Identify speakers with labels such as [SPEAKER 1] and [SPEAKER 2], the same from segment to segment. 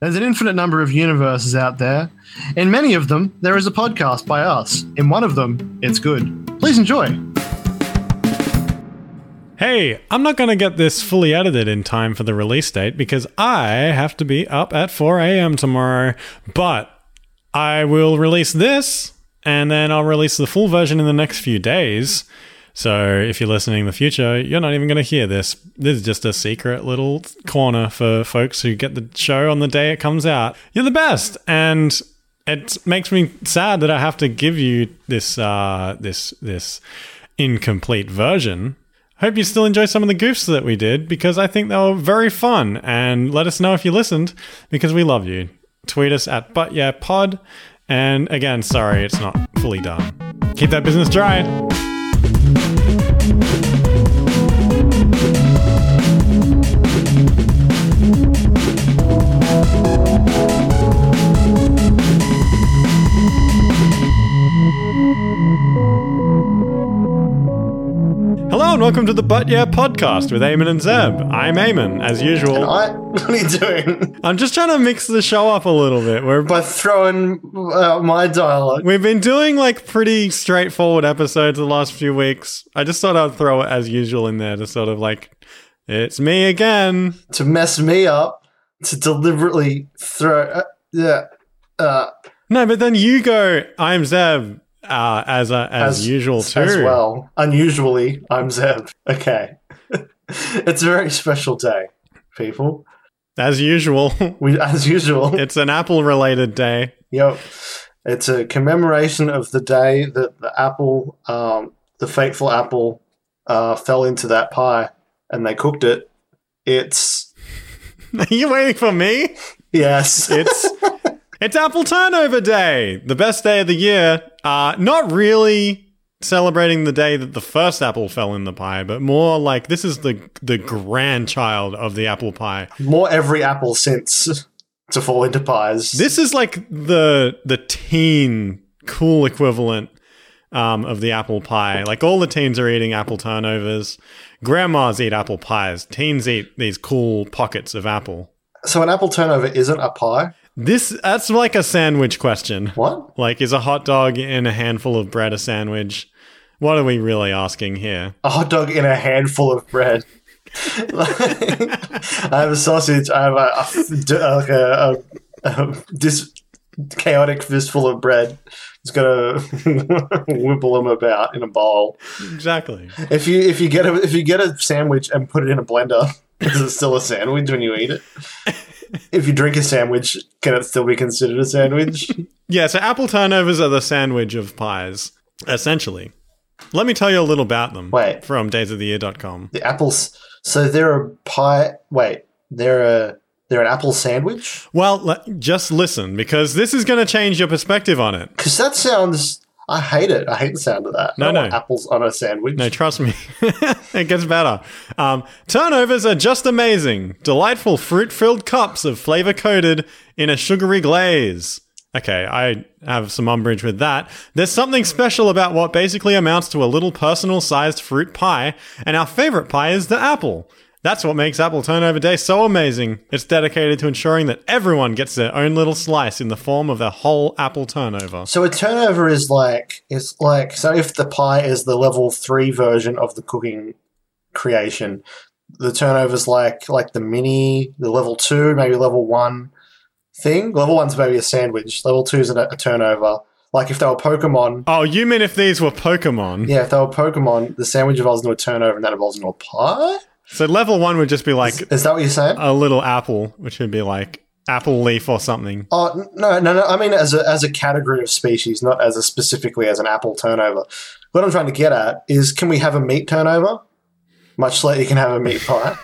[SPEAKER 1] There's an infinite number of universes out there. In many of them, there is a podcast by us. In one of them, it's good. Please enjoy.
[SPEAKER 2] Hey, I'm not going to get this fully edited in time for the release date because I have to be up at 4 a.m. tomorrow. But I will release this and then I'll release the full version in the next few days. So if you're listening in the future, you're not even going to hear this. This is just a secret little corner for folks who get the show on the day it comes out. You're the best. And it makes me sad that I have to give you this uh, this this incomplete version. Hope you still enjoy some of the goofs that we did because I think they were very fun. And let us know if you listened because we love you. Tweet us at but yeah pod. And again, sorry, it's not fully done. Keep that business dry. Hello and welcome to the But Yeah podcast with Eamon and Zeb. I'm Eamon, as usual.
[SPEAKER 3] I, what are you doing?
[SPEAKER 2] I'm just trying to mix the show up a little bit. We're
[SPEAKER 3] By throwing out my dialogue.
[SPEAKER 2] we've been doing like pretty straightforward episodes the last few weeks. I just thought I'd throw it as usual in there to sort of like it's me again.
[SPEAKER 3] To mess me up, to deliberately throw. Uh, yeah. Uh,
[SPEAKER 2] No, but then you go. I'm Zeb uh, as uh, as,
[SPEAKER 3] As-
[SPEAKER 2] usual too.
[SPEAKER 3] as well. Unusually, I'm Zeb. Okay. it's a very special day, people.
[SPEAKER 2] As usual,
[SPEAKER 3] We, as usual.
[SPEAKER 2] it's an Apple related day.
[SPEAKER 3] Yep. It's a commemoration of the day that the apple, um, the fateful apple, uh, fell into that pie and they cooked it. It's.
[SPEAKER 2] Are you waiting for me?
[SPEAKER 3] Yes.
[SPEAKER 2] It's it's Apple Turnover Day, the best day of the year. Uh, not really celebrating the day that the first apple fell in the pie, but more like this is the the grandchild of the apple pie.
[SPEAKER 3] more every apple since to fall into pies.
[SPEAKER 2] This is like the the teen cool equivalent um, of the apple pie. Like all the teens are eating apple turnovers. Grandmas eat apple pies. Teens eat these cool pockets of apple.
[SPEAKER 3] so an apple turnover isn't a pie.
[SPEAKER 2] This that's like a sandwich question.
[SPEAKER 3] What?
[SPEAKER 2] Like, is a hot dog in a handful of bread a sandwich? What are we really asking here?
[SPEAKER 3] A hot dog in a handful of bread. I have a sausage. I have a, a f- d- uh, like a, a, a dis, chaotic fistful of bread. It's gonna whipple them about in a bowl.
[SPEAKER 2] Exactly.
[SPEAKER 3] If you if you get a if you get a sandwich and put it in a blender, is it still a sandwich when you eat it? If you drink a sandwich, can it still be considered a sandwich?
[SPEAKER 2] Yeah, so apple turnovers are the sandwich of pies, essentially. Let me tell you a little about them
[SPEAKER 3] Wait.
[SPEAKER 2] from daysoftheyear.com.
[SPEAKER 3] The apples. So they're a pie. Wait, they're a they're an apple sandwich?
[SPEAKER 2] Well, l- just listen because this is going to change your perspective on it.
[SPEAKER 3] Because that sounds. I hate it. I hate the sound of that. I
[SPEAKER 2] No,
[SPEAKER 3] don't
[SPEAKER 2] no.
[SPEAKER 3] want apples on a sandwich.
[SPEAKER 2] No, trust me, it gets better. Um, turnovers are just amazing. Delightful fruit filled cups of flavor coated in a sugary glaze. Okay, I have some umbrage with that. There's something special about what basically amounts to a little personal sized fruit pie, and our favorite pie is the apple. That's what makes Apple Turnover Day so amazing. It's dedicated to ensuring that everyone gets their own little slice in the form of their whole apple turnover.
[SPEAKER 3] So a turnover is like it's like so if the pie is the level three version of the cooking creation, the turnover's like like the mini, the level two, maybe level one thing. Level one's maybe a sandwich. Level two is a, a turnover. Like if they were Pokemon,
[SPEAKER 2] Oh, you mean if these were Pokemon?
[SPEAKER 3] Yeah, if they were Pokemon, the sandwich evolves into a turnover and that evolves into a pie?
[SPEAKER 2] So level one would just be like
[SPEAKER 3] Is that what you're saying?
[SPEAKER 2] a little apple, which would be like apple leaf or something.
[SPEAKER 3] oh, n- no, no, no. I mean, as a, as a category of species, not as a specifically as an apple turnover. What I'm trying to get at is can we have a meat turnover? Much like you can have a meat pie.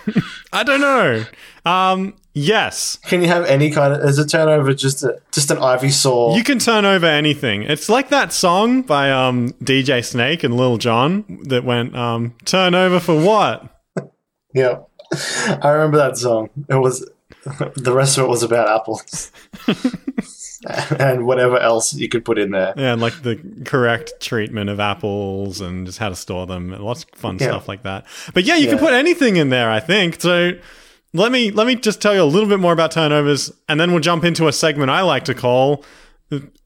[SPEAKER 2] I don't know. Um, yes,
[SPEAKER 3] can you have any kind of. Is a turnover just a, just an ivy saw?
[SPEAKER 2] you can turn over anything. It's like that song by um, DJ Snake and Lil Jon that went um, turn over for what?
[SPEAKER 3] yeah. I remember that song. It was. The rest of it was about apples. and whatever else you could put in there.
[SPEAKER 2] Yeah, and like the correct treatment of apples and just how to store them and lots of fun
[SPEAKER 3] Yeah.
[SPEAKER 2] stuff like that. But yeah, you can
[SPEAKER 3] Yeah.
[SPEAKER 2] put anything in there, I think. So let me let me just tell you a little bit more about turnovers, and then we'll jump into a segment I like to call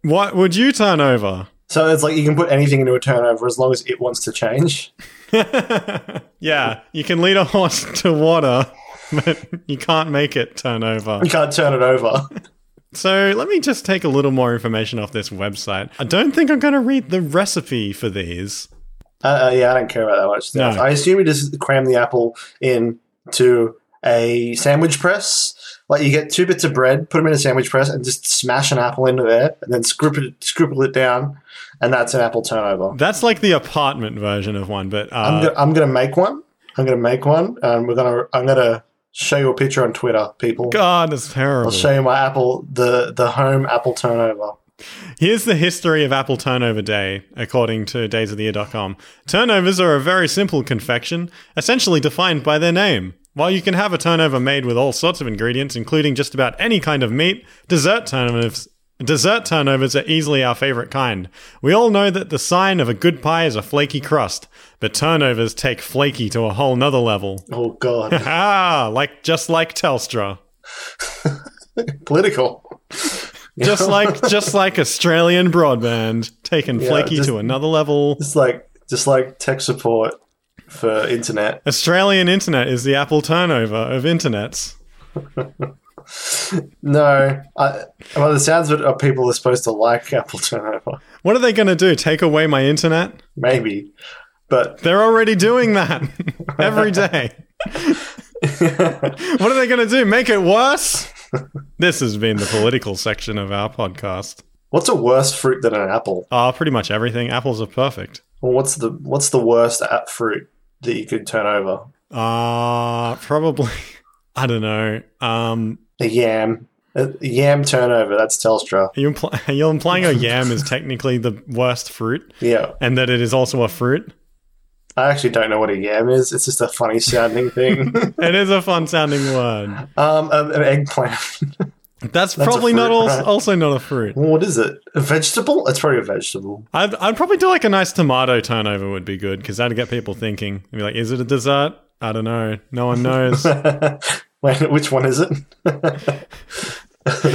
[SPEAKER 2] "What Would You Turn Over."
[SPEAKER 3] So it's like you can put anything into a turnover as long as it wants to change.
[SPEAKER 2] yeah, you can lead a horse to water, but you can't make it turn over.
[SPEAKER 3] You can't turn it over.
[SPEAKER 2] So let me just take a little more information off this website. I don't think I'm going to read the recipe for these.
[SPEAKER 3] Uh, uh, yeah, I don't care about that much.
[SPEAKER 2] No.
[SPEAKER 3] stuff. I assume you just cram the apple in to a sandwich press. Like you get two bits of bread, put them in a sandwich press, and just smash an apple into there, and then scruple it, scruple it down, and that's an apple turnover.
[SPEAKER 2] That's like the apartment version of one, but
[SPEAKER 3] I'm,
[SPEAKER 2] uh,
[SPEAKER 3] go- I'm gonna make one. I'm gonna make one, and we're gonna I'm gonna show you a picture on Twitter, people.
[SPEAKER 2] God, it's
[SPEAKER 3] I'll
[SPEAKER 2] terrible.
[SPEAKER 3] show you my apple the the home apple turnover.
[SPEAKER 2] Here's the history of Apple Turnover Day, according to daysoftheyear.com. Turnovers are a very simple confection, essentially defined by their name. While you can have a turnover made with all sorts of ingredients, including just about any kind of meat, dessert turnovers dessert turnovers are easily our favorite kind. We all know that the sign of a good pie is a flaky crust, but turnovers take flaky to a whole nother level.
[SPEAKER 3] Oh god,
[SPEAKER 2] Ah, like just like Telstra.
[SPEAKER 3] political.
[SPEAKER 2] Just like just like Australian broadband, taken
[SPEAKER 3] Yeah,
[SPEAKER 2] flaky
[SPEAKER 3] just-
[SPEAKER 2] to another level.
[SPEAKER 3] It's like just like tech support for internet.
[SPEAKER 2] Australian internet is the Apple turnover of internets.
[SPEAKER 3] No, I, well, the sounds of it are people are supposed to like Apple turnover,
[SPEAKER 2] What are they going to do? Take away my internet?
[SPEAKER 3] maybe, but
[SPEAKER 2] They're already doing that every day. what are they going to do? Make it worse? This has been the political section of our podcast.
[SPEAKER 3] what's a worse fruit than an apple?
[SPEAKER 2] Ah, pretty much everything. Apples are perfect.
[SPEAKER 3] Well, what's the what's the worst app fruit that you could turn over?
[SPEAKER 2] Ah, probably. I don't know. Um,
[SPEAKER 3] A yam, a a yam turnover. That's Telstra.
[SPEAKER 2] are you impl- are you implying a yam is technically the worst fruit,
[SPEAKER 3] Yeah,
[SPEAKER 2] and that it is also a fruit?
[SPEAKER 3] I actually don't know what a yam is. It's just a funny sounding thing.
[SPEAKER 2] It is a fun sounding word.
[SPEAKER 3] um, an, an eggplant.
[SPEAKER 2] That's,
[SPEAKER 3] a
[SPEAKER 2] probably not
[SPEAKER 3] fruit,
[SPEAKER 2] also,
[SPEAKER 3] right?
[SPEAKER 2] also not a fruit.
[SPEAKER 3] what is it? A vegetable? It's probably a vegetable.
[SPEAKER 2] I'd, I'd probably do like a nice tomato turnover would be good because that'd get people thinking. I'd be like, is it a dessert? I don't know. No one knows.
[SPEAKER 3] Wait, which one is it?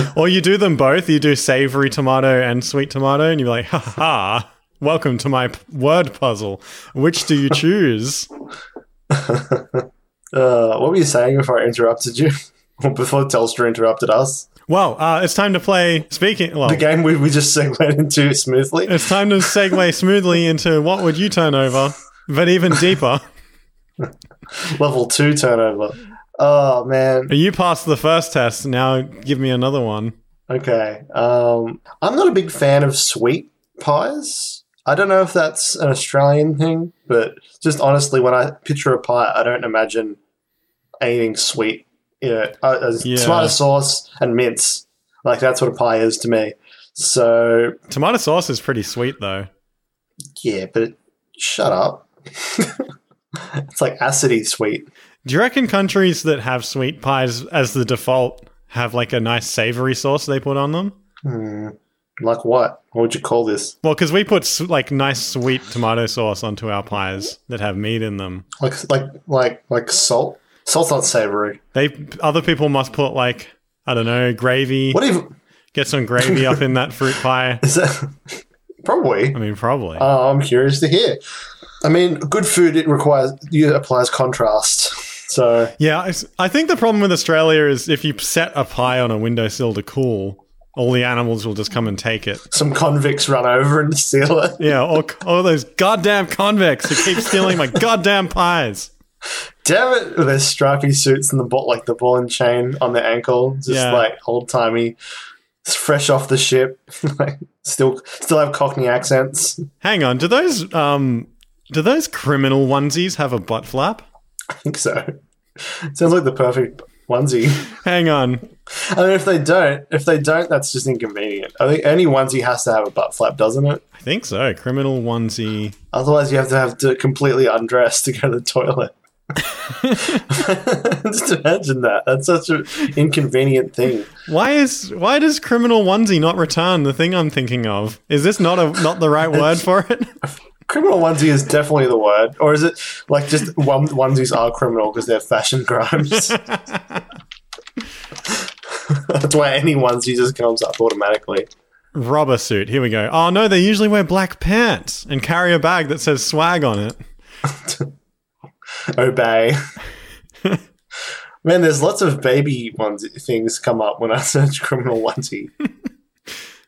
[SPEAKER 2] or you do them both. You do savory tomato and sweet tomato, and you're like, ha ha. Welcome to my p- word puzzle. Which do you choose?
[SPEAKER 3] Uh, what were you saying before I interrupted you? Well, before Telstra interrupted us,
[SPEAKER 2] well, uh, it's time to play. Speaking. Well,
[SPEAKER 3] the game we, we just segued into smoothly.
[SPEAKER 2] it's time to segue smoothly into what would you turn over, but even deeper.
[SPEAKER 3] Level two turnover. Oh man.
[SPEAKER 2] you passed the first test. Now give me another one.
[SPEAKER 3] Okay. Um, I'm not a big fan of sweet pies. I don't know if that's an Australian thing, but just honestly, when I picture a pie, I don't imagine anything sweet. You know, uh, uh,
[SPEAKER 2] Yeah.
[SPEAKER 3] tomato sauce and mince. Like that's what a pie is to me. So
[SPEAKER 2] Tomato sauce is pretty sweet though.
[SPEAKER 3] yeah, but shut up. it's like acidy sweet.
[SPEAKER 2] Do you reckon countries that have sweet pies as the default have like a nice savory sauce they put on them?
[SPEAKER 3] Hmm. Like what? What would you call this?
[SPEAKER 2] Well, because we put s- like nice sweet tomato sauce onto our pies that have meat in them.
[SPEAKER 3] Like like like like salt? Salt's not savory.
[SPEAKER 2] They other people must put like I don't know gravy.
[SPEAKER 3] What even
[SPEAKER 2] Get some gravy up in that fruit pie.
[SPEAKER 3] is that? Probably.
[SPEAKER 2] I mean, probably.
[SPEAKER 3] Uh, I'm curious to hear. I mean, good food it requires it applies contrast. So
[SPEAKER 2] yeah, I s- I think the problem with Australia is if you set a pie on a windowsill to cool, all the animals will just come and take it.
[SPEAKER 3] some convicts run over and steal it.
[SPEAKER 2] Yeah, or, or those goddamn convicts who keep stealing my goddamn pies.
[SPEAKER 3] Damn it! With their stripy suits and the ball, like the ball and chain on their ankle, just
[SPEAKER 2] Yeah.
[SPEAKER 3] like old timey, fresh off the ship, like still still have Cockney accents.
[SPEAKER 2] Hang on, do those um do those criminal onesies have a butt flap?
[SPEAKER 3] I think so. Sounds like the perfect onesie.
[SPEAKER 2] Hang on.
[SPEAKER 3] I mean, if they don't, if they don't, that's just inconvenient. I think any onesie has to have a butt flap, doesn't it?
[SPEAKER 2] I think so. Criminal onesie.
[SPEAKER 3] Otherwise, you have to have to completely undress to go to the toilet. just imagine that. That's such an inconvenient thing.
[SPEAKER 2] Why is why does criminal onesie not return the thing I'm thinking of? Is this not a not the right word for it?
[SPEAKER 3] Criminal onesie is definitely the word, or is it like just one, onesies are criminal because they're fashion crimes? That's why any onesie just comes up automatically.
[SPEAKER 2] Robber suit. Here we go. Oh no, they usually wear black pants and carry a bag that says swag on it.
[SPEAKER 3] Obey. Man, there's lots of baby onesie things come up when I search criminal onesie.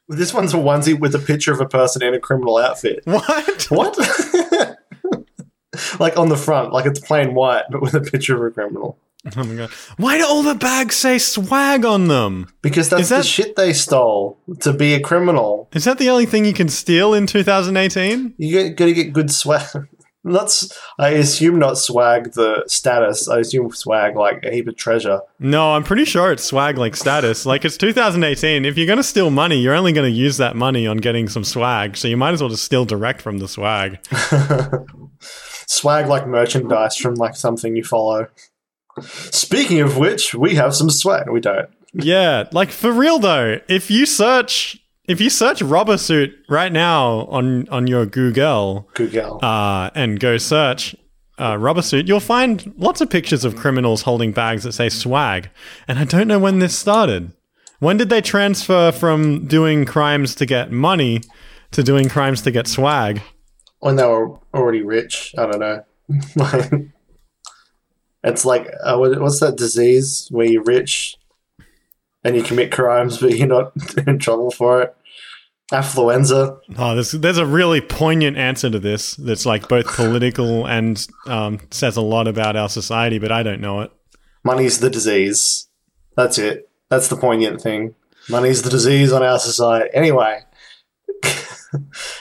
[SPEAKER 3] this one's a onesie with a picture of a person in a criminal outfit.
[SPEAKER 2] What?
[SPEAKER 3] What? like on the front, like it's plain white, but with a picture of a criminal.
[SPEAKER 2] Oh my god. Why do all the bags say swag on them?
[SPEAKER 3] Because that's
[SPEAKER 2] Is that-
[SPEAKER 3] the shit they stole to be a criminal.
[SPEAKER 2] Is that the only thing you can steal in 2018?
[SPEAKER 3] You get, gotta get good swag. Not, s- I assume not swag the status. I assume swag like a heap of treasure.
[SPEAKER 2] No, I'm pretty sure it's swag like status. Like it's 2018. If you're going to steal money, you're only going to use that money on getting some swag. So you might as well just steal direct from the swag.
[SPEAKER 3] swag like merchandise from like something you follow. Speaking of which, we have some swag. We don't.
[SPEAKER 2] yeah, like for real though. If you search if you search robber suit right now on on your Google,
[SPEAKER 3] Google.
[SPEAKER 2] uh, and go search uh, rubber suit, you'll find lots of pictures of criminals holding bags that say swag. And I don't know when this started. When did they transfer from doing crimes to get money to doing crimes to get swag?
[SPEAKER 3] when they were already rich. I don't know. Like, it's like uh, what- what's that disease where you're rich and you commit crimes, but you're not in trouble for it. Affluenza.
[SPEAKER 2] Oh, there's, there's a really poignant answer to this that's like both political and um, says a lot about our society, but I don't know it.
[SPEAKER 3] Money's the disease. That's it. That's the poignant thing. Money's the disease on our society. Anyway,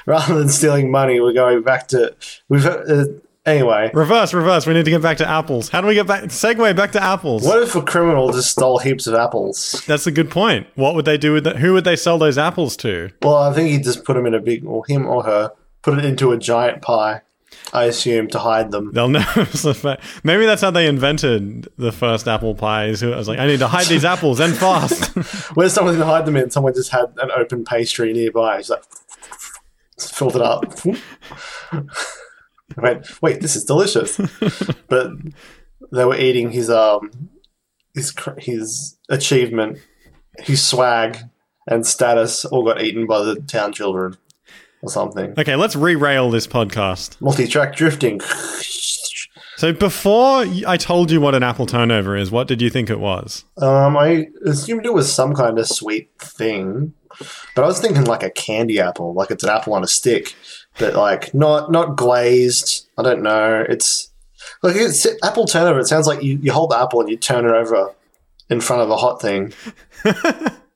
[SPEAKER 3] rather than stealing money, we're going back to we've. Uh, anyway,
[SPEAKER 2] Reverse, reverse. We need to get back to apples. How do we get back? Segue back to apples.
[SPEAKER 3] what if a criminal just stole heaps of apples?
[SPEAKER 2] That's a good point. What would they do with that? Who would they sell those apples to?
[SPEAKER 3] Well, I think he just put them in a big, or him or her, put it into a giant pie. I assume to hide them.
[SPEAKER 2] They'll know. it's the fact- Maybe that's how they invented the first apple pies. Who I was like, I need to hide these apples and fast.
[SPEAKER 3] Where's someone to hide them in? Someone just had an open pastry nearby. She's like, just filled it up. I went, wait, this is delicious. But they were eating his um, his cr- his achievement, his swag, and status all got eaten by the town children or something.
[SPEAKER 2] okay, let's re-rail this podcast.
[SPEAKER 3] Multi-track drifting.
[SPEAKER 2] So before y- I told you what an apple turnover is, what did you think it was?
[SPEAKER 3] Um, I assumed it was some kind of sweet thing, but I was thinking like a candy apple, like it's an apple on a stick, but like not not glazed. I don't know. It's like it's apple turnover. It sounds like you, you hold the apple and you turn it over in front of a hot thing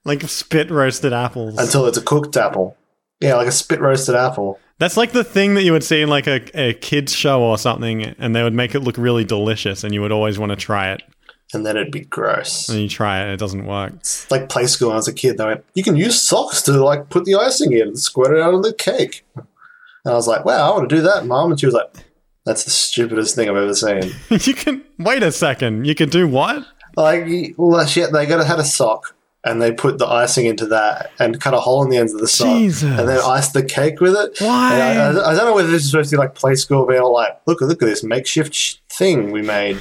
[SPEAKER 2] Like spit roasted apples.
[SPEAKER 3] until it's a cooked apple. Yeah, like a spit roasted apple.
[SPEAKER 2] That's like the thing that you would see in like a, a kids show or something, and they would make it look really delicious, and you would always want to try it.
[SPEAKER 3] And then it'd be gross.
[SPEAKER 2] And you try it, and it doesn't work.
[SPEAKER 3] It's like play school when I was a kid. They went, you can use socks to like put the icing in and squirt it out on the cake. And I was like, wow, I want to do that, mom. And she was like, that's the stupidest thing I've ever seen.
[SPEAKER 2] you can wait a second. You can do what?
[SPEAKER 3] Like, you- well, shit, they got had a sock and they put the icing into that and cut a hole in the ends of the sock
[SPEAKER 2] Jesus.
[SPEAKER 3] and then iced the cake with it.
[SPEAKER 2] Why?
[SPEAKER 3] And I, I- I don't know whether this is supposed to be like play school being all like, look, look at this makeshift sh- thing we made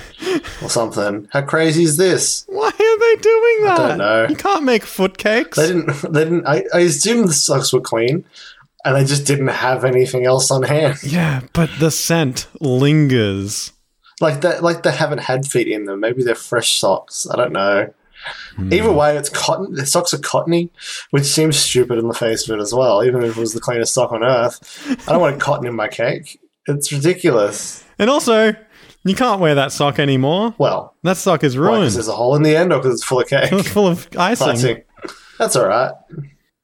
[SPEAKER 3] or something. How crazy is this?
[SPEAKER 2] Why are they doing that?
[SPEAKER 3] don't know.
[SPEAKER 2] You can't make foot cakes.
[SPEAKER 3] They didn't. They didn't. I, I assumed the socks were clean, and they just didn't have anything else on hand.
[SPEAKER 2] Yeah, but the scent lingers.
[SPEAKER 3] Like that. Like they haven't had feet in them. Maybe they're fresh socks. I don't know. Either way, it's cotton. The socks are cottony, which seems stupid in the face of it as well. Even if it was the cleanest sock on earth, I don't want cotton in my cake. It's ridiculous.
[SPEAKER 2] And also, you can't wear that sock anymore.
[SPEAKER 3] Well,
[SPEAKER 2] That sock is
[SPEAKER 3] because
[SPEAKER 2] ruined.
[SPEAKER 3] there's a hole in the end, or because it's full of cake.
[SPEAKER 2] It's full of icing.
[SPEAKER 3] Classic. That's all right.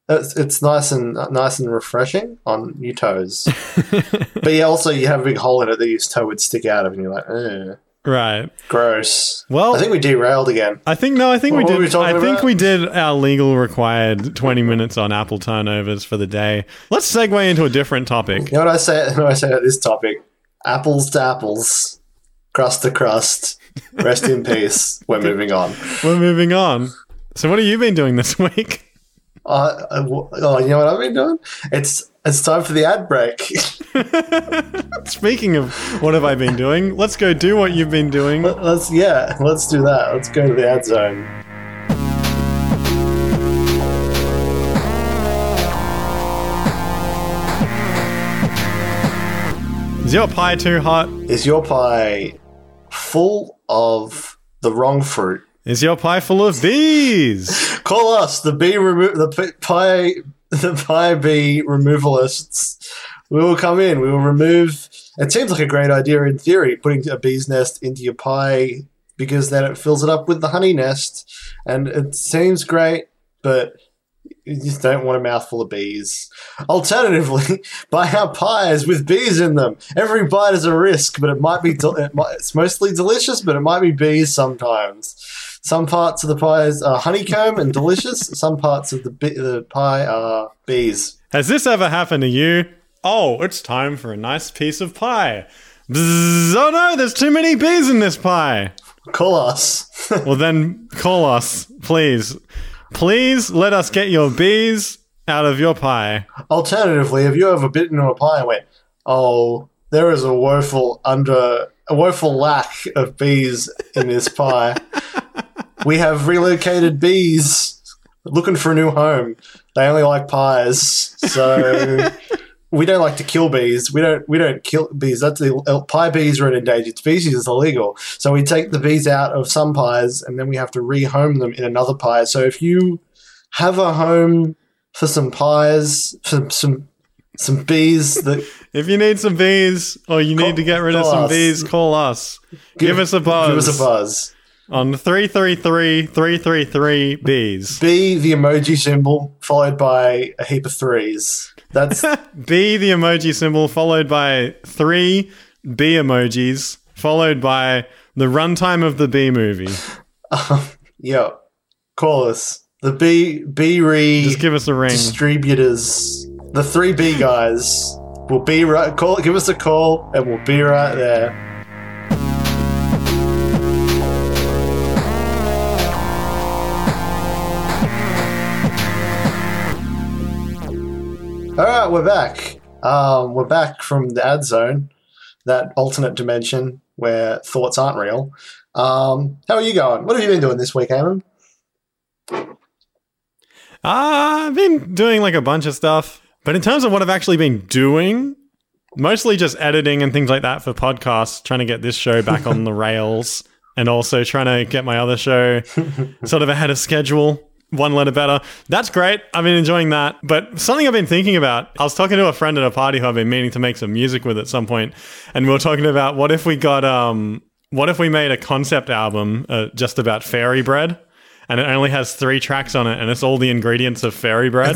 [SPEAKER 3] It's, it's nice and uh, nice and refreshing on your toes. but yeah, also you have a big hole in it that your toe would stick out of, and you're like, Ugh,
[SPEAKER 2] Right.
[SPEAKER 3] gross.
[SPEAKER 2] Well-
[SPEAKER 3] I think we derailed again.
[SPEAKER 2] I think no. I think
[SPEAKER 3] What
[SPEAKER 2] we
[SPEAKER 3] were
[SPEAKER 2] did.
[SPEAKER 3] we
[SPEAKER 2] I
[SPEAKER 3] talking
[SPEAKER 2] think
[SPEAKER 3] about?
[SPEAKER 2] we did our legal required twenty minutes on apple turnovers for the day. Let's segue into a different topic.
[SPEAKER 3] You know what I say? What I say about this topic? Apples to apples, crust to crust. Rest in peace. We're moving on.
[SPEAKER 2] We're moving on. So, what have you been doing this week?
[SPEAKER 3] Uh, uh, w- oh, you know what I've been doing? It's it's time for the ad break.
[SPEAKER 2] Speaking of what have I been doing, let's go do what you've been doing.
[SPEAKER 3] Let- let's yeah, let's do that. Let's go to the ad zone.
[SPEAKER 2] Is your pie too hot?
[SPEAKER 3] Is your pie full of the wrong fruit?
[SPEAKER 2] Is your pie full of bees?
[SPEAKER 3] Call us the bee remo- the p- pie the pie bee removalists. We will come in. We will remove. It seems like a great idea in theory, putting a bee's nest into your pie because then it fills it up with the honey nest, and it seems great, but you just don't want a mouthful of bees. Alternatively, buy our pies with bees in them. Every bite is a risk, but it might be del- it might, it's mostly delicious, but it might be bees sometimes. Some parts of the pies are honeycomb and delicious. Some parts of the bi- the pie are bees.
[SPEAKER 2] Has this ever happened to you? Oh, it's time for a nice piece of pie. Bzzz, oh no, there's too many bees in this pie.
[SPEAKER 3] Call us.
[SPEAKER 2] Well, then call us, please. Please let us get your bees out of your pie.
[SPEAKER 3] Alternatively, have you ever bitten into a pie and went, "Oh, there is a woeful under a woeful lack of bees in this pie. we have relocated bees looking for a new home. They only like pies, so we don't like to kill bees. We don't we don't kill bees. That's the uh, pie bees are an endangered species. It's illegal. So we take the bees out of some pies and then we have to rehome them in another pie. So if you have a home for some pies, some some some bees that
[SPEAKER 2] If you need some bees or you
[SPEAKER 3] Call-
[SPEAKER 2] need to get rid of
[SPEAKER 3] call
[SPEAKER 2] some
[SPEAKER 3] us.
[SPEAKER 2] bees, call us. Give, us a buzz.
[SPEAKER 3] give us a buzz.
[SPEAKER 2] On 333 333 bees.
[SPEAKER 3] Be the emoji symbol followed by a heap of threes. That's
[SPEAKER 2] B, the emoji symbol, followed by three B emojis, followed by the runtime of the B movie.
[SPEAKER 3] yo. Call us the B B re
[SPEAKER 2] Just give us a ring.
[SPEAKER 3] distributors. The three B guys will be right. Call give us a call and we'll be right there. All right, we're back. Um, we're back from the ad zone, that alternate dimension where thoughts aren't real. Um, how are you going? What have you been doing this week, Eamon?
[SPEAKER 2] Ah, I've been doing like a bunch of stuff, but in terms of what I've actually been doing, mostly just editing and things like that for podcasts, trying to get this show back on the rails and also trying to get my other show sort of ahead of schedule. One letter better. That's great. I've been enjoying that. But something I've been thinking about, I was talking to a friend at a party who I've been meaning to make some music with at some point, and we were talking about what if we got um what if we made a concept album uh, just about fairy bread and it only has three tracks on it and it's all the ingredients of fairy bread.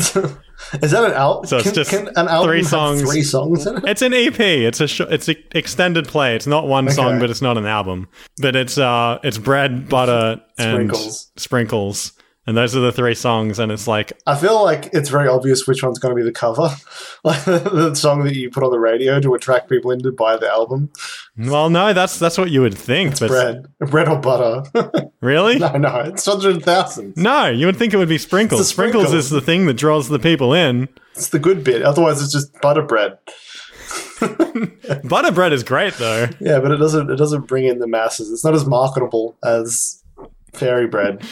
[SPEAKER 3] Is that an album?
[SPEAKER 2] So it's
[SPEAKER 3] can,
[SPEAKER 2] just
[SPEAKER 3] can an album
[SPEAKER 2] three
[SPEAKER 3] have
[SPEAKER 2] songs.
[SPEAKER 3] three songs in it?
[SPEAKER 2] It's an EP. It's a sh- it's an extended play. It's not one song, but it's not an album. But it's uh it's bread, butter, and
[SPEAKER 3] Sprinkles.
[SPEAKER 2] sprinkles. And those are the three songs. And it's like
[SPEAKER 3] I feel like it's very obvious which one's going to be the cover, like the song that you put on the radio to attract people in to buy the album.
[SPEAKER 2] Well, no, that's that's what you would think, but
[SPEAKER 3] Bread, bread or butter?
[SPEAKER 2] really, no.
[SPEAKER 3] no, no, it's hundred thousand.
[SPEAKER 2] you would think it would be sprinkles.
[SPEAKER 3] It's a sprinkle.
[SPEAKER 2] Sprinkles is the thing that draws the people in.
[SPEAKER 3] It's the good bit. Otherwise, it's just butter bread.
[SPEAKER 2] Butter bread is great though.
[SPEAKER 3] Yeah, but it doesn't. It doesn't bring in the masses. It's not as marketable as fairy bread.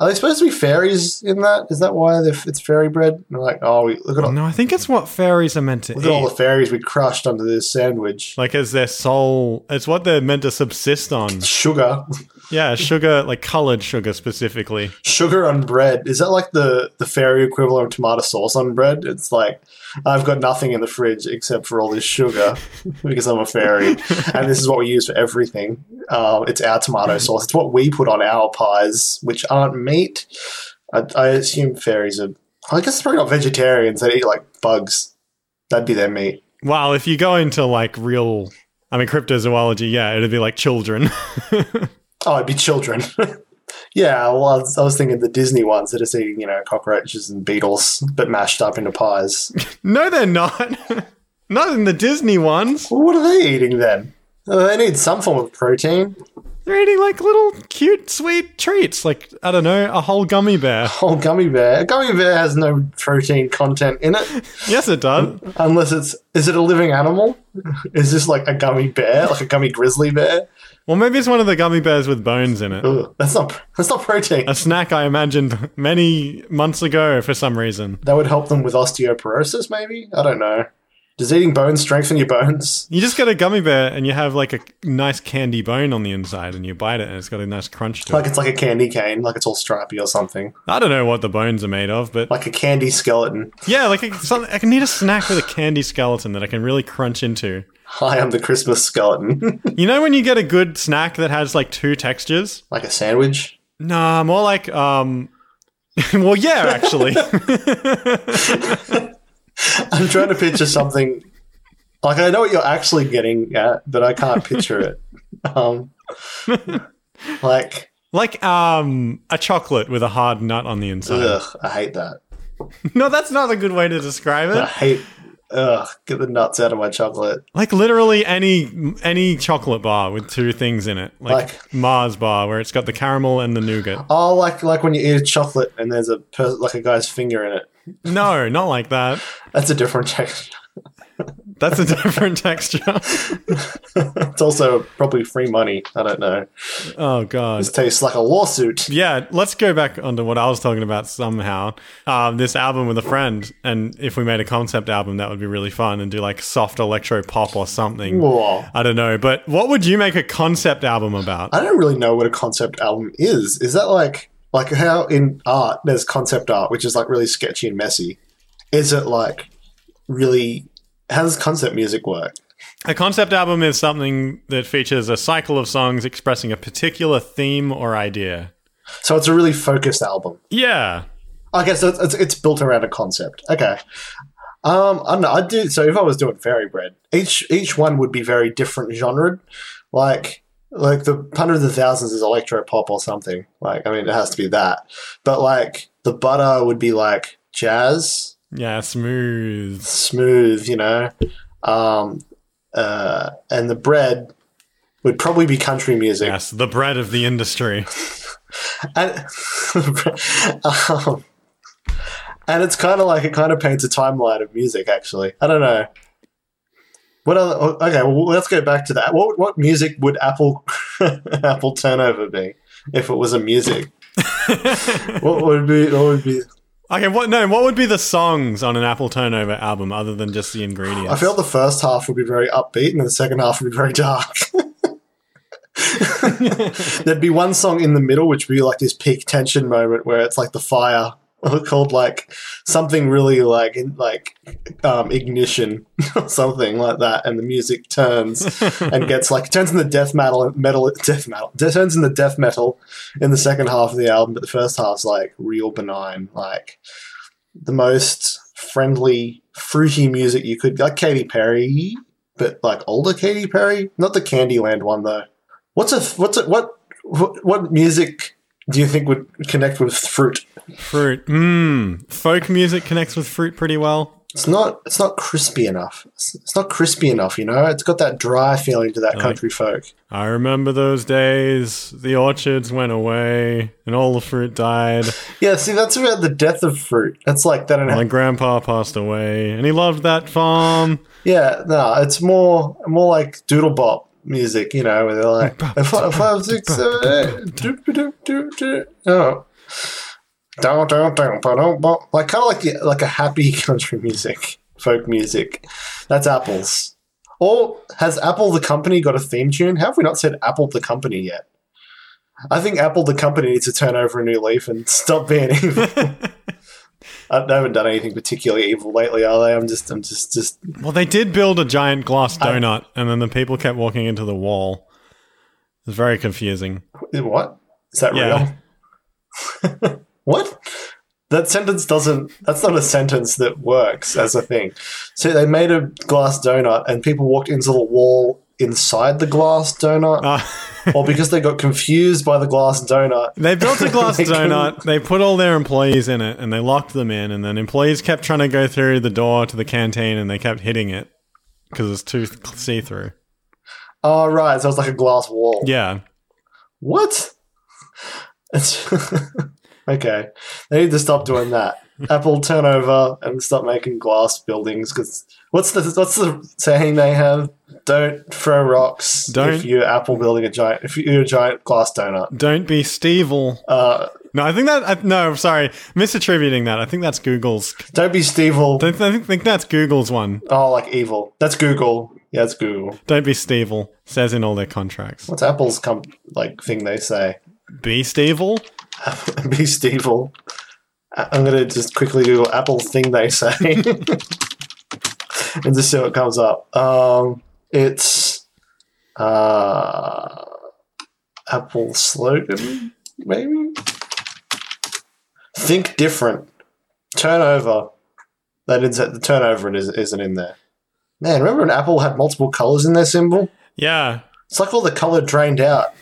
[SPEAKER 3] Are they supposed to be fairies in that? Is that why they're- it's fairy bread? And they're like, oh, we, look at all,
[SPEAKER 2] No, I think it's what fairies are meant to
[SPEAKER 3] look at all the
[SPEAKER 2] eat.
[SPEAKER 3] fairies we crushed under this sandwich.
[SPEAKER 2] Like as their soul, it's what they're meant to subsist on.
[SPEAKER 3] Sugar.
[SPEAKER 2] Yeah, sugar, like colored sugar specifically.
[SPEAKER 3] sugar on bread is that like the the fairy equivalent of tomato sauce on bread it's like i've got nothing in the fridge except for all this sugar because i'm a fairy and this is what we use for everything um, it's our tomato sauce it's what we put on our pies which aren't meat i, I assume fairies are i guess probably not vegetarians they eat like bugs that'd be their meat
[SPEAKER 2] Well, if you go into like real, I mean, cryptozoology, yeah, it'd be like children.
[SPEAKER 3] oh it'd be children Yeah, well, I was, I was thinking the Disney ones that are eating, you know, cockroaches and beetles, but mashed up into pies.
[SPEAKER 2] no, they're not. not in the Disney ones.
[SPEAKER 3] Well, what are they eating then? Uh, they need some form of protein.
[SPEAKER 2] They're eating like little cute, sweet treats. Like, I don't know, a whole gummy bear.
[SPEAKER 3] Whole gummy bear. A gummy bear has no protein content in it,
[SPEAKER 2] Yes, it does.
[SPEAKER 3] unless it's. Is it a living animal? Is this like a gummy bear, like a gummy grizzly bear?
[SPEAKER 2] Well, maybe it's one of the gummy bears with bones in it.
[SPEAKER 3] Ugh, that's not. That's not protein.
[SPEAKER 2] A snack I imagined many months ago for some reason.
[SPEAKER 3] That would help them with osteoporosis, maybe. I don't know. Does eating bones strengthen your bones?
[SPEAKER 2] You just get a gummy bear and you have like a nice candy bone on the inside and you bite it and it's got a nice crunch to it.
[SPEAKER 3] Like it's like a candy cane, like it's all stripy or something,
[SPEAKER 2] I don't know what the bones are made of, but
[SPEAKER 3] like a candy skeleton.
[SPEAKER 2] yeah, like I, some, I can need a snack with a candy skeleton that I can really crunch into.
[SPEAKER 3] Hi, I'm the Christmas skeleton,
[SPEAKER 2] You know when you get a good snack that has like two textures?
[SPEAKER 3] like a sandwich.
[SPEAKER 2] Nah, more like um well yeah, actually.
[SPEAKER 3] I'm trying to picture something. Like I know what you're actually getting at, but I can't picture it. Um, like,
[SPEAKER 2] like um a chocolate with a hard nut on the inside.
[SPEAKER 3] ugh, I hate that.
[SPEAKER 2] No, that's not a good way to describe
[SPEAKER 3] I
[SPEAKER 2] it.
[SPEAKER 3] hate. Ugh, get the nuts out of my chocolate.
[SPEAKER 2] Like literally any any chocolate bar with two things in it. Like,
[SPEAKER 3] Like-
[SPEAKER 2] Mars bar where it's got the caramel and the nougat.
[SPEAKER 3] Oh, like like when you eat a chocolate and there's a per- like a guy's finger in it.
[SPEAKER 2] No, not like that.
[SPEAKER 3] That's a different texture.
[SPEAKER 2] That's a different texture.
[SPEAKER 3] It's also probably free money. I don't know.
[SPEAKER 2] Oh god.
[SPEAKER 3] This tastes like a lawsuit.
[SPEAKER 2] Yeah, let's go back onto what I was talking about somehow. Um, this album with a friend, and if we made a concept album, that would be really fun and do like soft electro pop or something.
[SPEAKER 3] Whoa.
[SPEAKER 2] I don't know, but what would you make a concept album about?
[SPEAKER 3] I don't really know what a concept album is. Is that like like how in art there's concept art, which is like really sketchy and messy? Is it like really? How does concept music work?
[SPEAKER 2] A concept album is something that features a cycle of songs expressing a particular theme or idea.
[SPEAKER 3] So it's a really focused album.
[SPEAKER 2] Yeah.
[SPEAKER 3] Okay, so it's, it's, it's built around a concept. Okay. Um, I don't know. I'd do so if I was doing Fairy Bread. Each each one would be very different genre. Like like the hundreds of thousands is electro pop or something. Like I mean, it has to be that. But like the butter would be like jazz,
[SPEAKER 2] Yeah, smooth.
[SPEAKER 3] smooth, you know. Um, uh, and the bread would probably be country music.
[SPEAKER 2] Yes, the bread of the industry.
[SPEAKER 3] and um, and it's kind of like it kind of paints a timeline of music. Actually, I don't know. What other, oh, okay, well, let's go back to that. What what music would Apple Apple turnover be if it was a music? what would be? What would be?
[SPEAKER 2] Okay, what no, what would be the songs on an Apple Turnover album other than just the ingredients?
[SPEAKER 3] I feel the first half would be very upbeat, and the second half would be very dark. There'd be one song in the middle, which would be like this peak tension moment where it's like the fire called like something really like in- like um, ignition or something like that, and the music turns and gets like turns into death metal, metal death metal turns into death metal in the second half of the album, but the first half's like real benign, like the most friendly, fruity music you could like Katy Perry, but like older Katy Perry, not the Candyland one though. What's a what's a, what what what music do you think would connect with fruit?
[SPEAKER 2] Fruit. Mmm. Folk music connects with fruit pretty well.
[SPEAKER 3] It's not it's not crispy enough. It's, it's not crispy enough, you know. It's got that dry feeling to that country folk.
[SPEAKER 2] I remember those days. The orchards went away and all the fruit died.
[SPEAKER 3] Yeah, see, that's about the death of fruit. That's like that.
[SPEAKER 2] My grandpa passed away and he loved that farm.
[SPEAKER 3] Yeah, no, it's more more like doodle bop music, you know, where they're like five, five, six, eh, seven, eight, do, do, do, do, do. Oh. Down, down, down, ba-dum, ba- like kind of like the, like a happy country music, folk music. That's Apple's. Or has Apple the company got a theme tune? How have we not said Apple the company yet? I think Apple the company needs to turn over a new leaf and stop being evil. I they haven't done anything particularly evil lately, are they? I'm just, I'm just, just
[SPEAKER 2] Well, they did build a giant glass donut and then the people kept walking into the wall. It's very confusing.
[SPEAKER 3] What? Is that
[SPEAKER 2] Yeah.
[SPEAKER 3] real? what? That sentence doesn't. That's not a sentence that works as a thing. So they made a glass donut, and people walked into the wall inside the glass donut,
[SPEAKER 2] Uh,
[SPEAKER 3] or because they got confused by the glass donut.
[SPEAKER 2] They built a glass
[SPEAKER 3] They couldn't-
[SPEAKER 2] donut. They put all their employees in it, and they locked them in. And then employees kept trying to go through the door to the canteen, and they kept hitting it because it's too see through.
[SPEAKER 3] Oh right, so it's like a glass wall.
[SPEAKER 2] Yeah,
[SPEAKER 3] What? It's okay. They need to stop doing that. Apple turn over and stop making glass buildings because what's the what's the saying they have? Don't throw rocks
[SPEAKER 2] Don't-
[SPEAKER 3] if you're Apple building a giant if you're a giant glass donut.
[SPEAKER 2] Don't be Stevel.
[SPEAKER 3] Uh,
[SPEAKER 2] No, I think that. I, no, sorry, misattributing that. I think that's Google's.
[SPEAKER 3] don't be Stevel.
[SPEAKER 2] I think, I think that's Google's one.
[SPEAKER 3] Oh, like evil. That's Google. Yeah, it's Google.
[SPEAKER 2] Don't be Stevel says in all their contracts.
[SPEAKER 3] What's Apple's com- like thing they say?
[SPEAKER 2] Be Stevel.
[SPEAKER 3] be Stevel. I- I'm gonna just quickly Google Apple thing they say and just see what comes up. Um, it's uh, Apple slogan, maybe. Think different. Turnover. That is the turnover is, isn't in there. Man, remember when Apple had multiple colors in their symbol?
[SPEAKER 2] Yeah,
[SPEAKER 3] It's like all the color drained out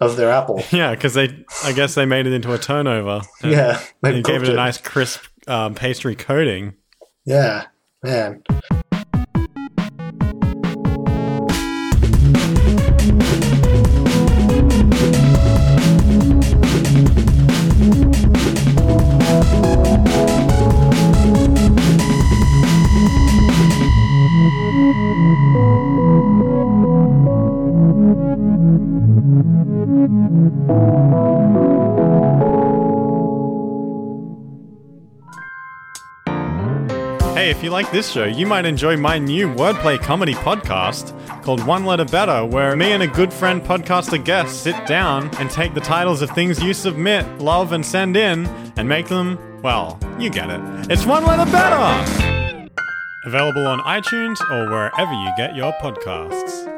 [SPEAKER 3] of their Apple.
[SPEAKER 2] yeah, because they. I guess they made it into a turnover. Hmm. and
[SPEAKER 3] Yeah, they
[SPEAKER 2] they gave
[SPEAKER 3] cooked
[SPEAKER 2] it a nice crisp um, pastry coating.
[SPEAKER 3] Yeah, man.
[SPEAKER 2] Hey, if you like this show, you might enjoy my new wordplay comedy podcast called One Letter Better, where me and a good friend podcaster guest sit down and take the titles of things you submit, love, and send in and make them, well, you get it. It's One Letter Better! Available on iTunes or wherever you get your podcasts.